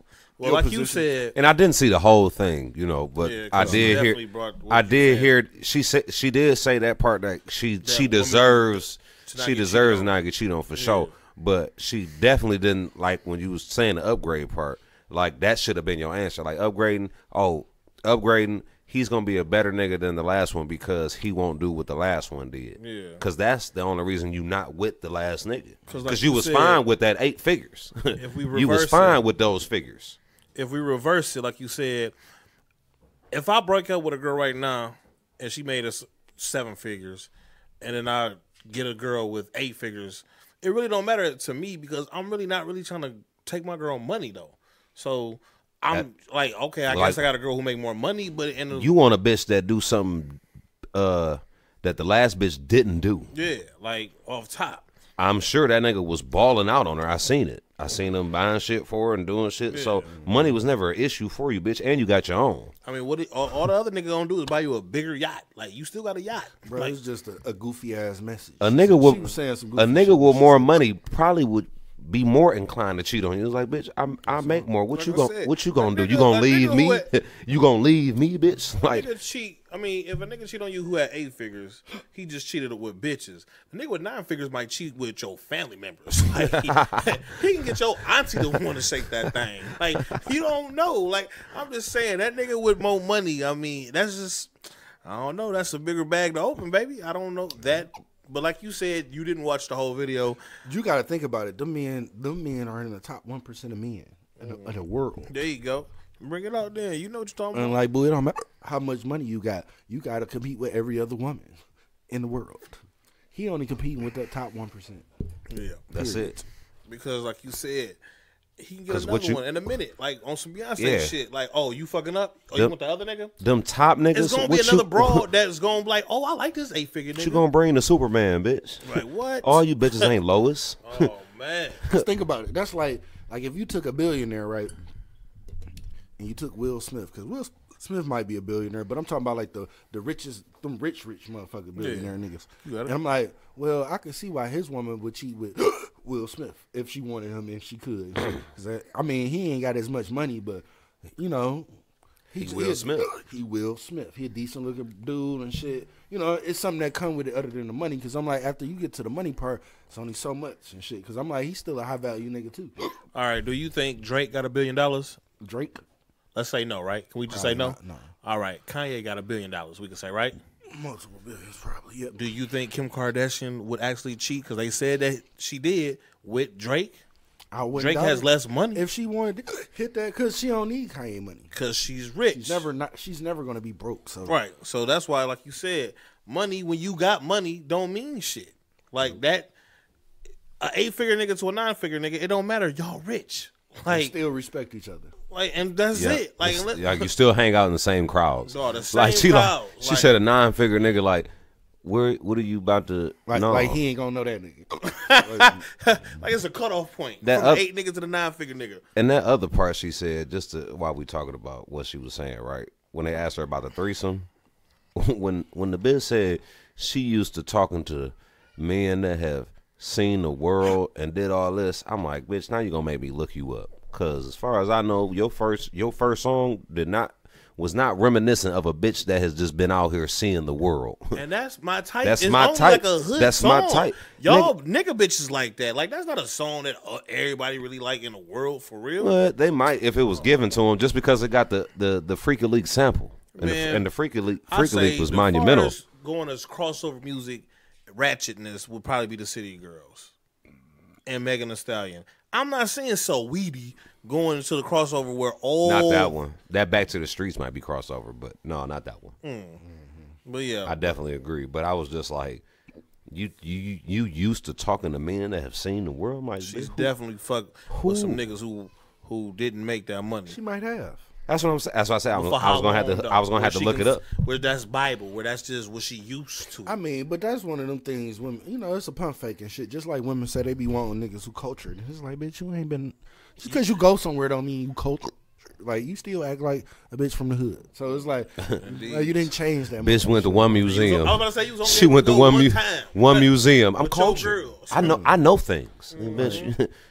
Your Well, like you position. said, and I didn't see the whole thing, you know, but Yeah, 'cause I she did definitely hear. brought what I you did said. hear. She said she did say that part that she she woman deserves. to not She get deserves cheated on. not get cheated on for sure. But she definitely didn't like when you was saying the upgrade part. Like that should have been your answer. Like upgrading. Oh, upgrading. He's gonna be a better nigga than the last one because he won't do what the last one did. Yeah. Cause that's the only reason you not with the last nigga. 'Cause Cause, like you, you was said, fine with that eight figures. if we you was reverse it- fine with those figures. if we reverse it, like you said, if I break up with a girl right now and she made us seven figures, and then I get a girl with eight figures, it really don't matter to me because I'm really not really trying to take my girl money though. So I'm like, okay, I guess like- I got a girl who make more money, but in the, You want a bitch that do something uh that the last bitch didn't do. yeah, like off top. I'm sure that nigga was balling out on her. I seen it. I seen him buying shit for her and doing shit. So money was never an issue for you, bitch. And you got your own. I mean, what do- all, all the other nigga gonna do is buy you a bigger yacht. Like you still got a yacht, Bro, Like, it's just a, a goofy ass message. A nigga she with was saying some a goofy nigga shit. with more money probably would be more inclined to cheat on you. It's like, bitch, I'm, I make more. What Like you I gonna said, What you a gonna do? You nigga- a gonna leave nigga me? who had- you gonna leave me, bitch? Like, nigga cheat. I mean, if a nigga cheat on you who had eight figures, he just cheated with bitches. A nigga with nine figures might cheat with your family members. Like, he, can get your auntie to want to shake that thing. Like you don't know. Like I'm just saying that nigga with more money. I mean, that's just I don't know. That's a bigger bag to open, baby. I don't know that. But like you said, you didn't watch the whole video. You got to think about it. Them men, them men are in the top one percent of men in the, of the world. There you go. Bring it out there. You know what you're talking about. And like, boy, it don't matter how much money you got. You got to compete with every other woman in the world. He only competing with that top one percent. Yeah. that's it. because like you said, he can get 'Cause another what you- one in a minute, like on some Beyonce Yeah. shit. Like, oh, you fucking up? Oh, you Yep. want the other nigga? Them top niggas. It's gonna be what you- another broad that's gonna be like, oh, I like this eight figure What you nigga. gonna bring the Superman, bitch? Like what? All you bitches ain't Lois. oh man, Just think about it. That's like, like if you took a billionaire, right? And you took Will Smith because Will Smith might be a billionaire, but I'm talking about like the the richest, them rich, rich motherfucker billionaire niggas. And I'm like, well, I can see why his woman would cheat with Will Smith if she wanted him and she could. 'Cause that- I mean, he ain't got as much money, but you know, he, Will a- Smith. He Will Smith. He a decent looking dude and shit. You know, it's something that come with it other than the money. Because I'm like, after you get to the money part, it's only so much and shit. Because I'm like, he's still a high value nigga too. all right. Do you think Drake got a billion dollars? Drake, Let's say no, right? Can we just say no? no. All right, Kanye got a billion dollars. We can say right. multiple billions probably. Yep. Do you think Kim Kardashian would actually cheat? Because they said that she did with Drake. I wouldn't Drake doubt has it. less money. If she wanted to hit that, because she don't need Kanye money. Because she's rich. She's never not. She's never gonna be broke. So Right. So that's why, like you said, money when you got money don't mean shit. Like that, a eight figure nigga to a nine figure nigga, it don't matter. Y'all rich. Like, still respect each other. like, and that's it. Like, It's- let- like, you still hang out in the same crowds. Dog, the same like she crowd, like she like- said a nine figure nigga like where what are you about to Like, no like he ain't gonna know that nigga. like it's a cutoff point That from up- the eight nigga to the nine figure nigga. and that other part she said just to, while we talking about what she was saying right when they asked her about the threesome, when when the bitch said she used to talking to men that have seen the world and did all this, I'm like, bitch, now you gonna make me look you up. Cause as far as I know, your first your first song did not was not reminiscent of a bitch that has just been out here seeing the world. And that's my type. That's It's my only Like type. a hood That's my song. type. Y'all nigga. bitches like that. Like that's not a song that uh, everybody really like in the world for real. But they might if it was given to them just because it got the the the Freaky Leak sample and Man, the, and the Freaky Leak I Freaky say Leak was the monumental. farthest Going as crossover music, ratchetness would probably be the City Girls and Megan Thee Stallion. I'm not saying so weedy going into the crossover where all Not that one. That Back to the Streets might be crossover, but no, not that one. But yeah, I definitely agree. But I was just like, you you you used to talking to men that have seen the world. I'm Like, she's bitch, who- definitely fucked with some niggas who who didn't make that money. She might have. that's what I'm saying. That's what I said. I was, For I was how gonna have long, to. though? I was gonna Where have to she look can- it up. Where that's Bible, where that's just what she used to. I mean, but that's one of them things. Women, you know, it's a pump fake and shit. Just like women say they be wanting niggas who cultured. It's like, bitch, you ain't been just because you go somewhere don't mean you cultured. Like you still act like a bitch from the hood. So it's like, like, you didn't change that. much. Bitch went to one I museum. was about to say you was only She able went to go one one mu- time. one But- museum. I'm with your cultured. girls. Mm-hmm. I know. I know things. Bitch,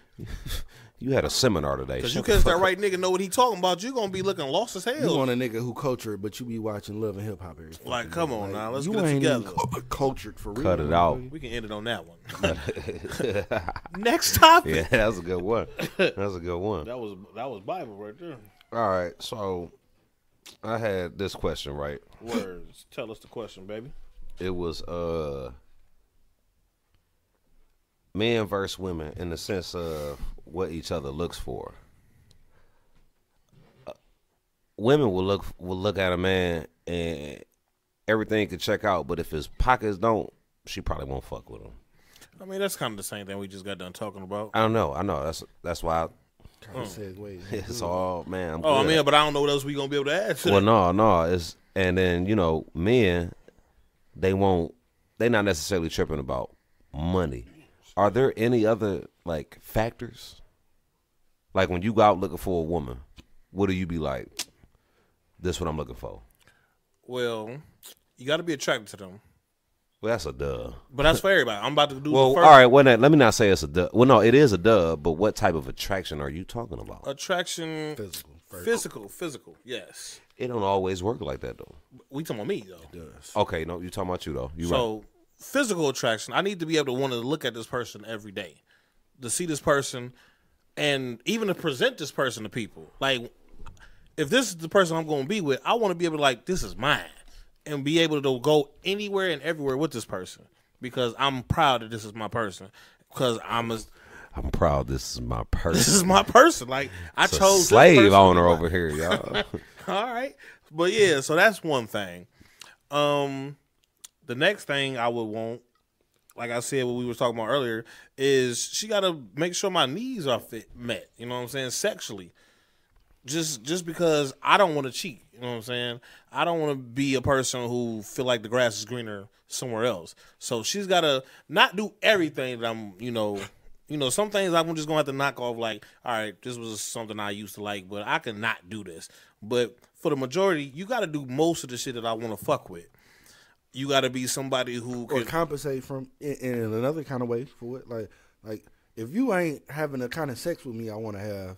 you had a seminar today. Cause Shut you the catch fuck that up. right nigga know what he talking about, you gonna be looking lost as You hell. want a nigga who cultured, but you be watching Love and Hip Hop every. fucking like, come on day. now, let's you get it ain't even together. cu- cultured for real. Cut it out. We can end it on that one. Next topic. Yeah, that's a good one. That's a good one. That was that was Bible right there. All right, so I had this question right. Words. Tell us the question, baby. It was uh men versus women in the sense of what each other looks for. Uh, Women will look will look at a man and everything could check out, but if his pockets don't, she probably won't fuck with him. I mean, that's kind of the same thing we just got done talking about. I don't know. I know that's that's why I, Kinda segue. it's all man. I'm oh, I good. mean, but I don't know what else we gonna be able to add. To well, that. no, no. It's and then you know, men, they won't. They not necessarily tripping about money. Are there any other like factors? Like when you go out looking for a woman, what do you be like? This what I'm looking for. Well, you got to be attracted to them, Well, that's a duh. but that's for everybody. I'm about to do Well, the first all right. Well, now, let me not say it's a duh. Well, no, it is a duh. But what type of attraction are you talking about? attraction. Physical, very physical, physical. Yes, It don't always work like that though. we talking about me though. Okay, no, you talking about you though. You right. So physical attraction, I need to be able to want to look at this person every day, to see this person, and even to present this person to people. Like, if this is the person I'm going to be with, I want to be able to like this is mine, and be able to go anywhere and everywhere with this person because I'm proud that this is my person. Because I'm a I'm proud. This is my this person. is my person. Like I It's a chose this person slave to owner be my- over here, y'all. All right. But yeah, so that's one thing. Um the next thing I would want, like I said what we were talking about earlier, is she gotta make sure my needs are fit met. You know what I'm saying? Sexually. Just just because I don't wanna cheat. You know what I'm saying? I don't wanna be a person who feel like the grass is greener somewhere else. So she's gotta not do everything that I'm, you know, you know, some things I'm just gonna have to knock off. Like, all right, this was something I used to like, but I could not do this. But for the majority, you got to do most of the shit that I want to fuck with. You got to be somebody who or can. compensate from in, in another kind of way for it. Like like if you ain't having the kind of sex with me I want to have,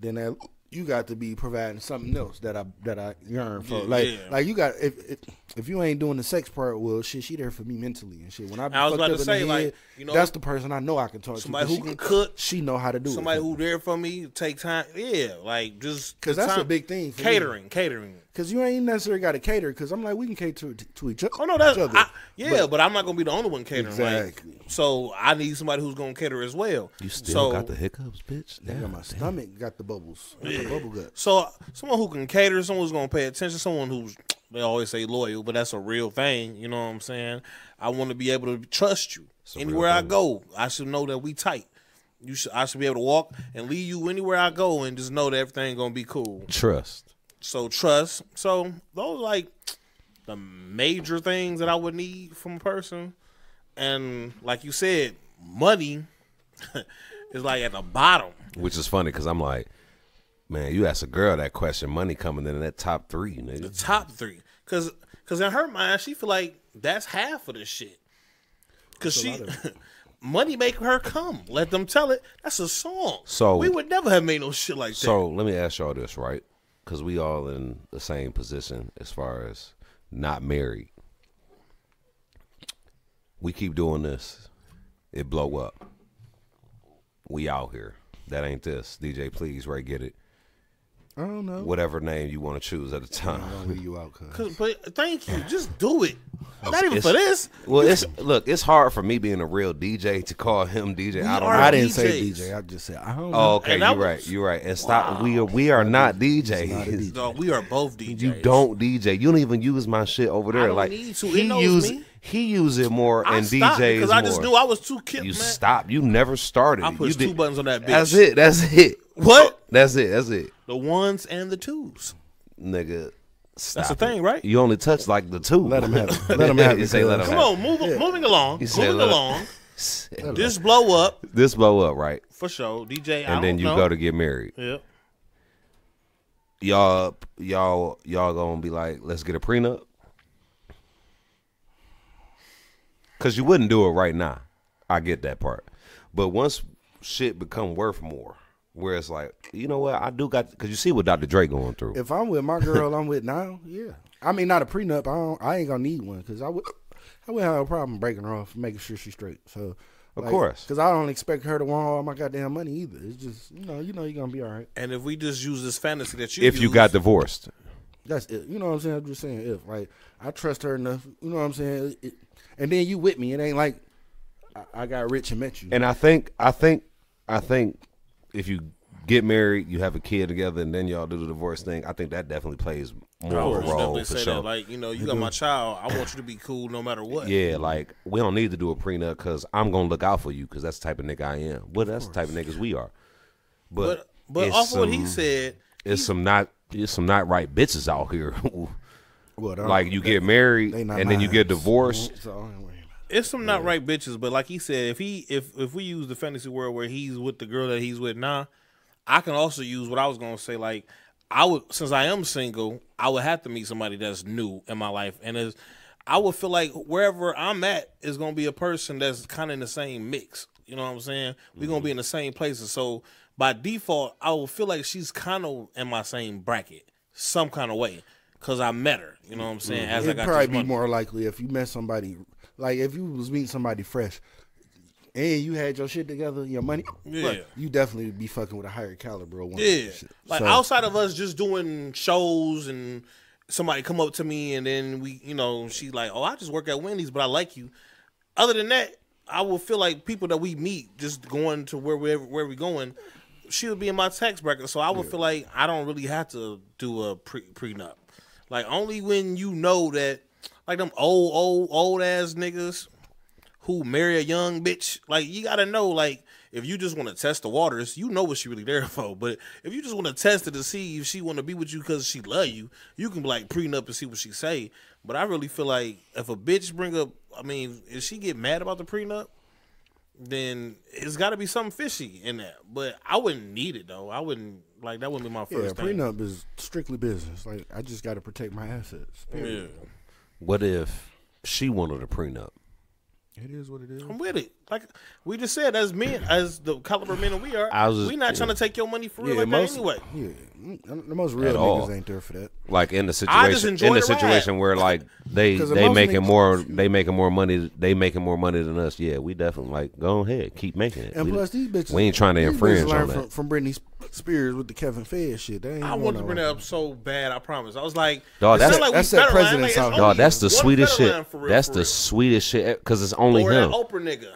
then that, you got to be providing something else that I that I yearn for. Yeah, like yeah. like you got if, if if you ain't doing the sex part, well shit, she there for me mentally and shit. When I, be I was fucked about up to in say, the like, head, you know- that's the person I know I can talk Somebody to. 'cause who can she, cook. She know how to do Somebody it. who there for me, take time. Yeah, like just 'Cause the that's a time- big thing for me. Catering, catering. Because you ain't necessarily got to cater. Because I'm like, we can cater to, to each other. Oh no, that's each other. I, yeah, but, I'm not gonna be the only one catering. Exactly. Like, so I need somebody who's gonna cater as well. You still so, got the hiccups, bitch. Nigga, Damn. my stomach got the bubbles. Got the bubble gut. So someone who can cater, someone who's gonna pay attention, someone who's they always say loyal, but that's a real thing. You know what I'm saying? I want to be able to trust you a real anywhere I thing. go. I should know that we tight. You should. I should be able to walk and leave you anywhere I go, and just know that everything gonna be cool. Trust. So trust. So those are like the major things that I would need from a person, and like you said, money is like at the bottom. Which is funny because I'm like, Man, you ask a girl that question, money coming in that top three, The nigga. top three, cause cause in her mind she feel like that's half of the shit. Cause she money make her come. Let them tell it. That's a song. So- we would never have made no shit like that. So let me ask y'all this, right? Because we all in the same position as far as not married. We keep doing this, it blow up. We out here. That ain't this. DJ, please, Ray, get it. I don't know. Whatever name you want to choose at the I'm time. gonna leave you out, cuz. 'Cause- but thank you. Just do it. Not even It's- for this. Well, it's look. It's hard for me being a real DJ to call him DJ. I don't. are- Know. I didn't say DJs. DJ. I just said I don't know. Oh, okay. And You're I right. was- You're right. And stop. We are. We are not DJs. No, we are both DJs. You don't DJ. You don't even use my shit over there. I don't like need to. It he knows use me. he use it more I and stopped DJs because more. I just knew I was too kid. you man. stop. You never started. I it. pushed You two buttons on that bitch. That's it. That's it. What? That's it. That's it. The ones and the twos. Nigga. Stop That's the it. thing, right? You only touch like the two. Let him have it. Let him have You it. say let cuz. him Come on, move, moving along, You said, moving "Look." along. have it. This blow up This blow up, right? for sure, DJ. I And then don't you know. go to get married. yeah. Y'all y'all y'all gonna be like, let's get a prenup. Cause you wouldn't do it right now. I get that part. But once shit become worth more, where it's like, you know what, I do got cause you see what Dr. Dre going through. If I'm with my girl, I'm with now. Yeah, I mean not a prenup. I don't, I ain't gonna need one because I would I would have a problem breaking her off, making sure she's straight. So Of course. because I don't expect her to want all my goddamn money either. It's just you know you know you're gonna be all right. And if we just use this fantasy that you if you use, got divorced. That's it. You know what I'm saying? I'm just saying if like I trust her enough. You know what I'm saying? It- and then you with me. It ain't like I, I got rich and met you. And I think I think I think if you get married, you have a kid together and then y'all do the divorce thing, I think that definitely plays more I of would a just role definitely for say sure. Mm-hmm. that, like you know, you got my child. I want you to be cool no matter what. Yeah, like we don't need to do a prenup because I'm gonna look out for you because that's the type of nigga I am. Well, that's the type of niggas we are. But But but it's off of what he some- said, it's some not it's some not right bitches out here. who, Well, they're- like you get married Oh, they and not then you get mine. divorced. So I ain't worried about it. it's some not right bitches. But like he said, if he if if we use the fantasy world where he's with the girl that he's with now, I can also use what I was gonna say. Like I would, since I am single, I would have to meet somebody that's new in my life, and is I would feel like wherever I'm at is gonna be a person that's kind of in the same mix. You know what I'm saying? We're Mm-hmm. gonna be in the same places, so by default, I will feel like she's kind of in my same bracket, some kind of way, cause I met her. You know what I'm saying? As I Mm-hmm. It'd got probably this be money. more likely if you met somebody, like if you was meeting somebody fresh, and you had your shit together, your money, Yeah. you definitely be fucking with a higher caliber of woman. Yeah. and shit. Like So, outside of us just doing shows and somebody come up to me and then we, you know, she like, oh, I just work at Wendy's, but I like you. Other than that, I will feel like people that we meet just going to where we where we going. She would be in my tax bracket, so I would feel like I don't really have to do a pre- prenup. Like only when you know that, like them old old old ass niggas who marry a young bitch. Like you gotta know, like if you just want to test the waters, you know what she really there for. But if you just want to test it to see if she want to be with you because she love you, you can be like prenup and see what she say. But I really feel like if a bitch bring up, I mean, if she get mad about the prenup, then it's got to be something fishy in that. But I wouldn't need it though. I wouldn't like that. Wouldn't be my yeah, first thing. prenup is strictly business. Like I just got to protect my assets. Yeah, Mm-hmm. What if she wanted a prenup? It is what it is. I'm with it. Like we just said, as men, as the caliber of men that we are, I was just- we not trying yeah. to take your money for real Yeah, like most- that anyway. Yeah, mm, the most real At niggas all. ain't there for that. Like in the I just situation enjoy in the the ride. situation where like they 'Cause they most making niggas- more they making more money they making more money than us. Yeah, we definitely like go ahead keep making it. And we, plus, these bitches we ain't trying to these bitches infringe learn on that. from, from Britney Spears with the Kevin Fed shit. They ain't I want wanted to bring that up so bad. I promise. I was like, Dawg, it that's- sound like we that's that federal, I ain't president's it's house. only No, that's the one sweetest federal line shit. for real, that's for the real. sweetest shit because it's only or that him. Oprah nigga.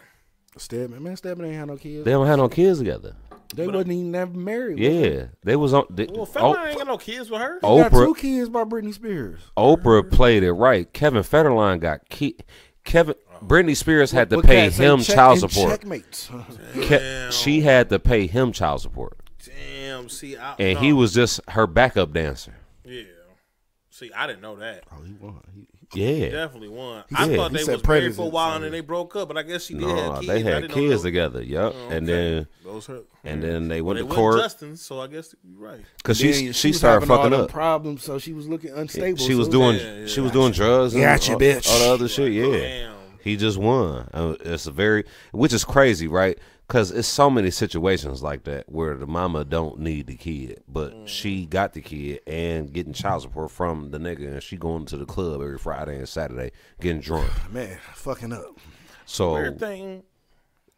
Stedman, man, Stedman ain't had no kids. They They, don't have no kids together. wasn't even that married. was they? Yeah, they was on. They, Well, O- federal ain't got no kids with her. Oh. They got Oprah- two kids by Britney Spears. Oprah played it right. Kevin Federline got ki- Kevin. Britney Spears had to What pay cats say him check child and support. Checkmates. Ke- she had to pay him child support, Damn. See, I, and no, he was just her backup dancer. Yeah. See, I didn't know that. Oh, he won. He, Yeah. Definitely won. I said- thought he they said was married for a predators, while and then they broke up, but I guess she did have No, kids. they I had didn't kids know. together. Yep. Oh, And okay. Mm. then those hurt. and then they went They to went court Justin, so I guess you're right. because Then she she was started having all fucking them up. Problems, so she was looking unstable. She was so- doing Yeah, yeah, she was doing drugs. and Gotcha, all, bitch. All the other shit. Yeah. Damn. He just won. Uh, It's a very, which is crazy, right? Because it's so many situations like that where the mama don't need the kid, but she got the kid and getting child support from the nigga, and she going to the club every Friday and Saturday getting drunk. man, fucking up. So Weird thing,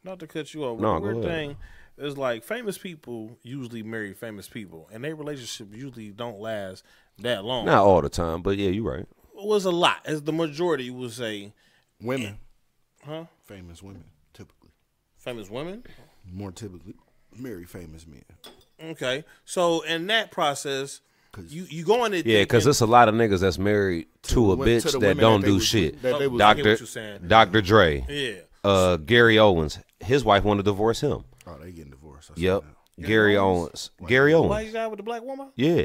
not to cut you off. Oh. No, No, go weird ahead. thing is like famous people usually marry famous people, and their relationship usually don't last that long. not all the time, but yeah, you're right. It was a lot, as the majority would say. Women, Huh? famous women, typically Famous women. more typically marry famous men. Okay, so in that process, you you go in it. Yeah, because thinking- it's a lot of niggas that's married to a the wo- to bitch the that women don't that they do was- shit. that they was- I get Doctor what you're saying. Doctor Dre, yeah. uh, Gary Owens, his wife wanted to divorce him. Oh, they getting divorced. I see Yep, now. Gary Owens, Gary Why you Owens. guy with the black woman? Yeah,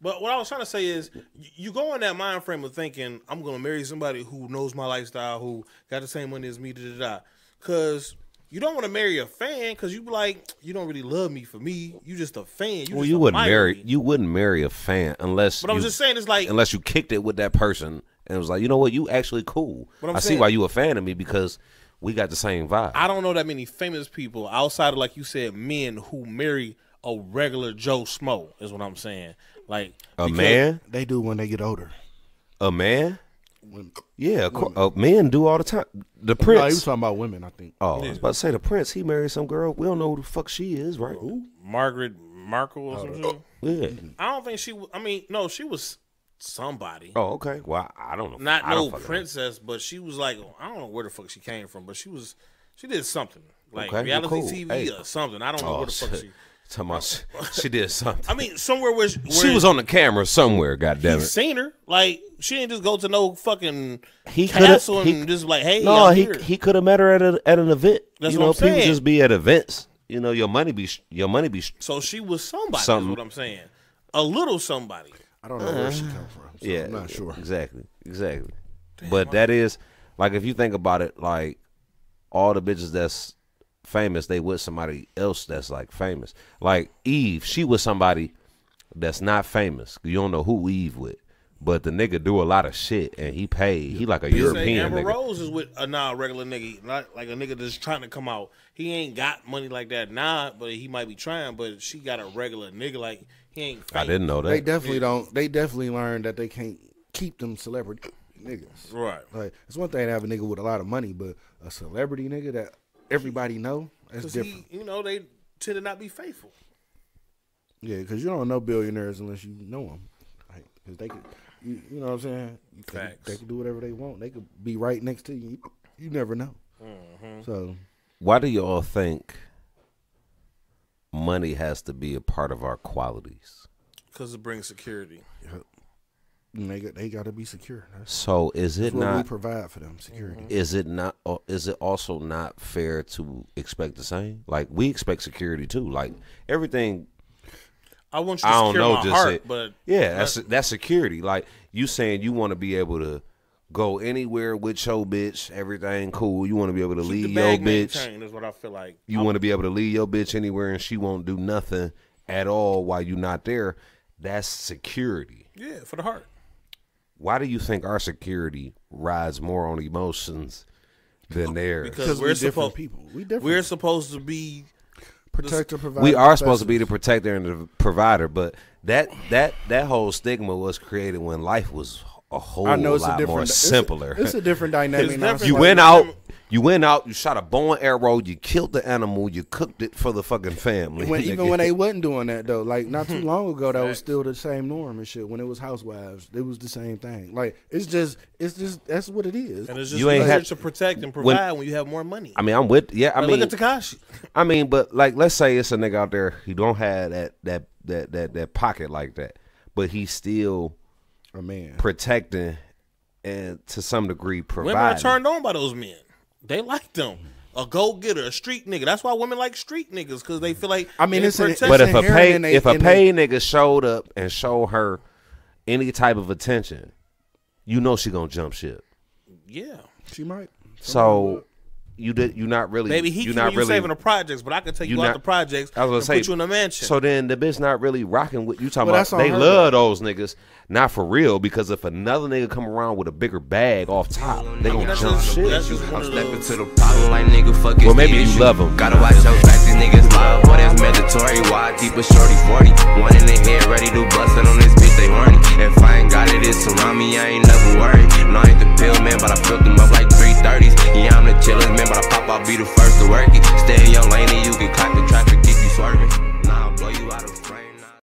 But what I was trying to say is, y- you go in that mind frame of thinking, I'm going to marry somebody who knows my lifestyle, who got the same money as me, da da da. Because you don't want to marry a fan, because you be like, you don't really love me for me. You just a fan. You Well, just you wouldn't admire marry. me. You wouldn't marry a fan unless. But I'm you, just saying, it's like, unless you kicked it with that person and was like, you know what, you actually cool. But I'm I see saying- why you a fan of me because we got the same vibe. I don't know that many famous people outside of, like you said, men who marry a regular Joe Smo, is what I'm saying. Like, A because- man, They do when they get older. a man. Women. Yeah, of cour- uh, men do all the time. The prince. No, he was talking about women. I think. oh, I was about to say the prince. He married some girl. We don't know who the fuck she is, right? Margaret Markle or something. Yeah. I don't think she, w- I mean, no, she was somebody. Oh, okay. Well, I I don't know. not I don't no fucking know. princess, but she was like I don't know where the fuck she came from, but she was she did something like Okay, well, reality cool. TV Hey. or something. I don't know Oh, where the fuck shit. she. Talking about she, she did something. I mean, somewhere where, she- where she was on the camera somewhere. Goddamn he it. seen her. Like she didn't just go to no fucking He coulda- castle and he- just like hey No, I'm he here. he could have met her at, a, at an event. That's you what know, I'm people saying. just be at events. You know, your money be sh- your money be. Sh- so she was somebody. Something. Is what I'm saying. A little somebody. I don't know where she come from. So Uh-huh. yeah, I'm not sure. Exactly, exactly. but that is like if you think about it, like all the bitches that's famous, they with somebody else that's like famous. Like Eve, she was somebody that's not famous. You don't know who Eve with. But the nigga do a lot of shit, and he paid. He like a You say European Amber nigga. Rose is with a nah regular nigga, not like a nigga that's trying to come out. He ain't got money like that now, but he might be trying. But she got a regular nigga like he ain't. I fake. didn't know that. They definitely don't. They definitely learned that they can't keep them celebrity niggas. Right. Like it's one thing to have a nigga with a lot of money, but a celebrity nigga that everybody know that's Cause different. he, you know, they tend to not be faithful. Yeah, because you don't know billionaires unless you know them. Like, cause they could, you, you know what I'm saying? They could- Facts. They could do whatever they want. They could be right next to you. You never know. Mm-hmm. So Why do y'all think money has to be a part of our qualities? Because it brings security. they got, they got to be secure. That's So is it what we not? provide for them Mm-hmm. security. Is it not? uh, Is it also not fair to expect the same? Like we expect security too. Like everything. I want you to I don't secure know. my Just heart, it. but yeah, that's that's security. Like you saying you want to be able to go anywhere with your bitch. Everything cool. You want to be able to the leave your bag bitch. maintained is what I feel like. You want to be able to leave your bitch anywhere and she won't do nothing at all while you not there. That's security. Yeah, for the heart. why do you think our security rides more on emotions than theirs? Because we we're different supposed people. We different. we're supposed to be protector provider. we are supposed to be the protector and the provider, but that that that whole stigma was created when life was a whole I know it's a lot different. more it's a- simpler. It's a, different dynamic. It's now. different. you like- went out, you went out, you shot a bow and arrow, you killed the animal, you cooked it for the fucking family. When, even nigga. when they wasn't doing that though, like not too long ago, that was still the same norm and shit. When it was housewives, it was the same thing. Like it's just, it's just that's what it is. and it's just You ain't easier had- to protect and when- provide when, you have more money. I mean, I'm with yeah. I Like, mean, look at Takashi. I mean, but like, let's say it's a nigga out there who don't have that that that that that pocket like that, but he still A man, protecting and to some degree Women are providing. turned on by those men. They like them. A go getter, a street nigga. That's why women like street niggas because they feel like I mean, they it's an- protect- But That's if a inherent pay in they- if a in paid nigga showed up and showed her any type of attention, you know she gonna jump ship. Yeah. She might. So you did you not really Maybe he you keep not you really saving the projects, but I can take you, you out not- the projects I was gonna and say put you in a mansion. So then the bitch not really rocking with you talking Well, about. that's on They her, love those niggas, not for real. Because if another nigga come around with a bigger bag off top, they I mean, gonna that's jump just- shit. that's just one I'm of stepping those- to the problem like nigga, fuck it's Well, maybe the you issue. love 'em. Gotta watch your back, these niggas live. Boy, that's mandatory. Why I keep a shorty 40? One in the head, ready to bust it on this bitch, they horny. If I ain't got it, it's around me, I ain't never worried. No, I ain't the pill, man, but I filled them up like 330s. Yeah, I'm the chillest, man, but I pop, I'll be the first to work it.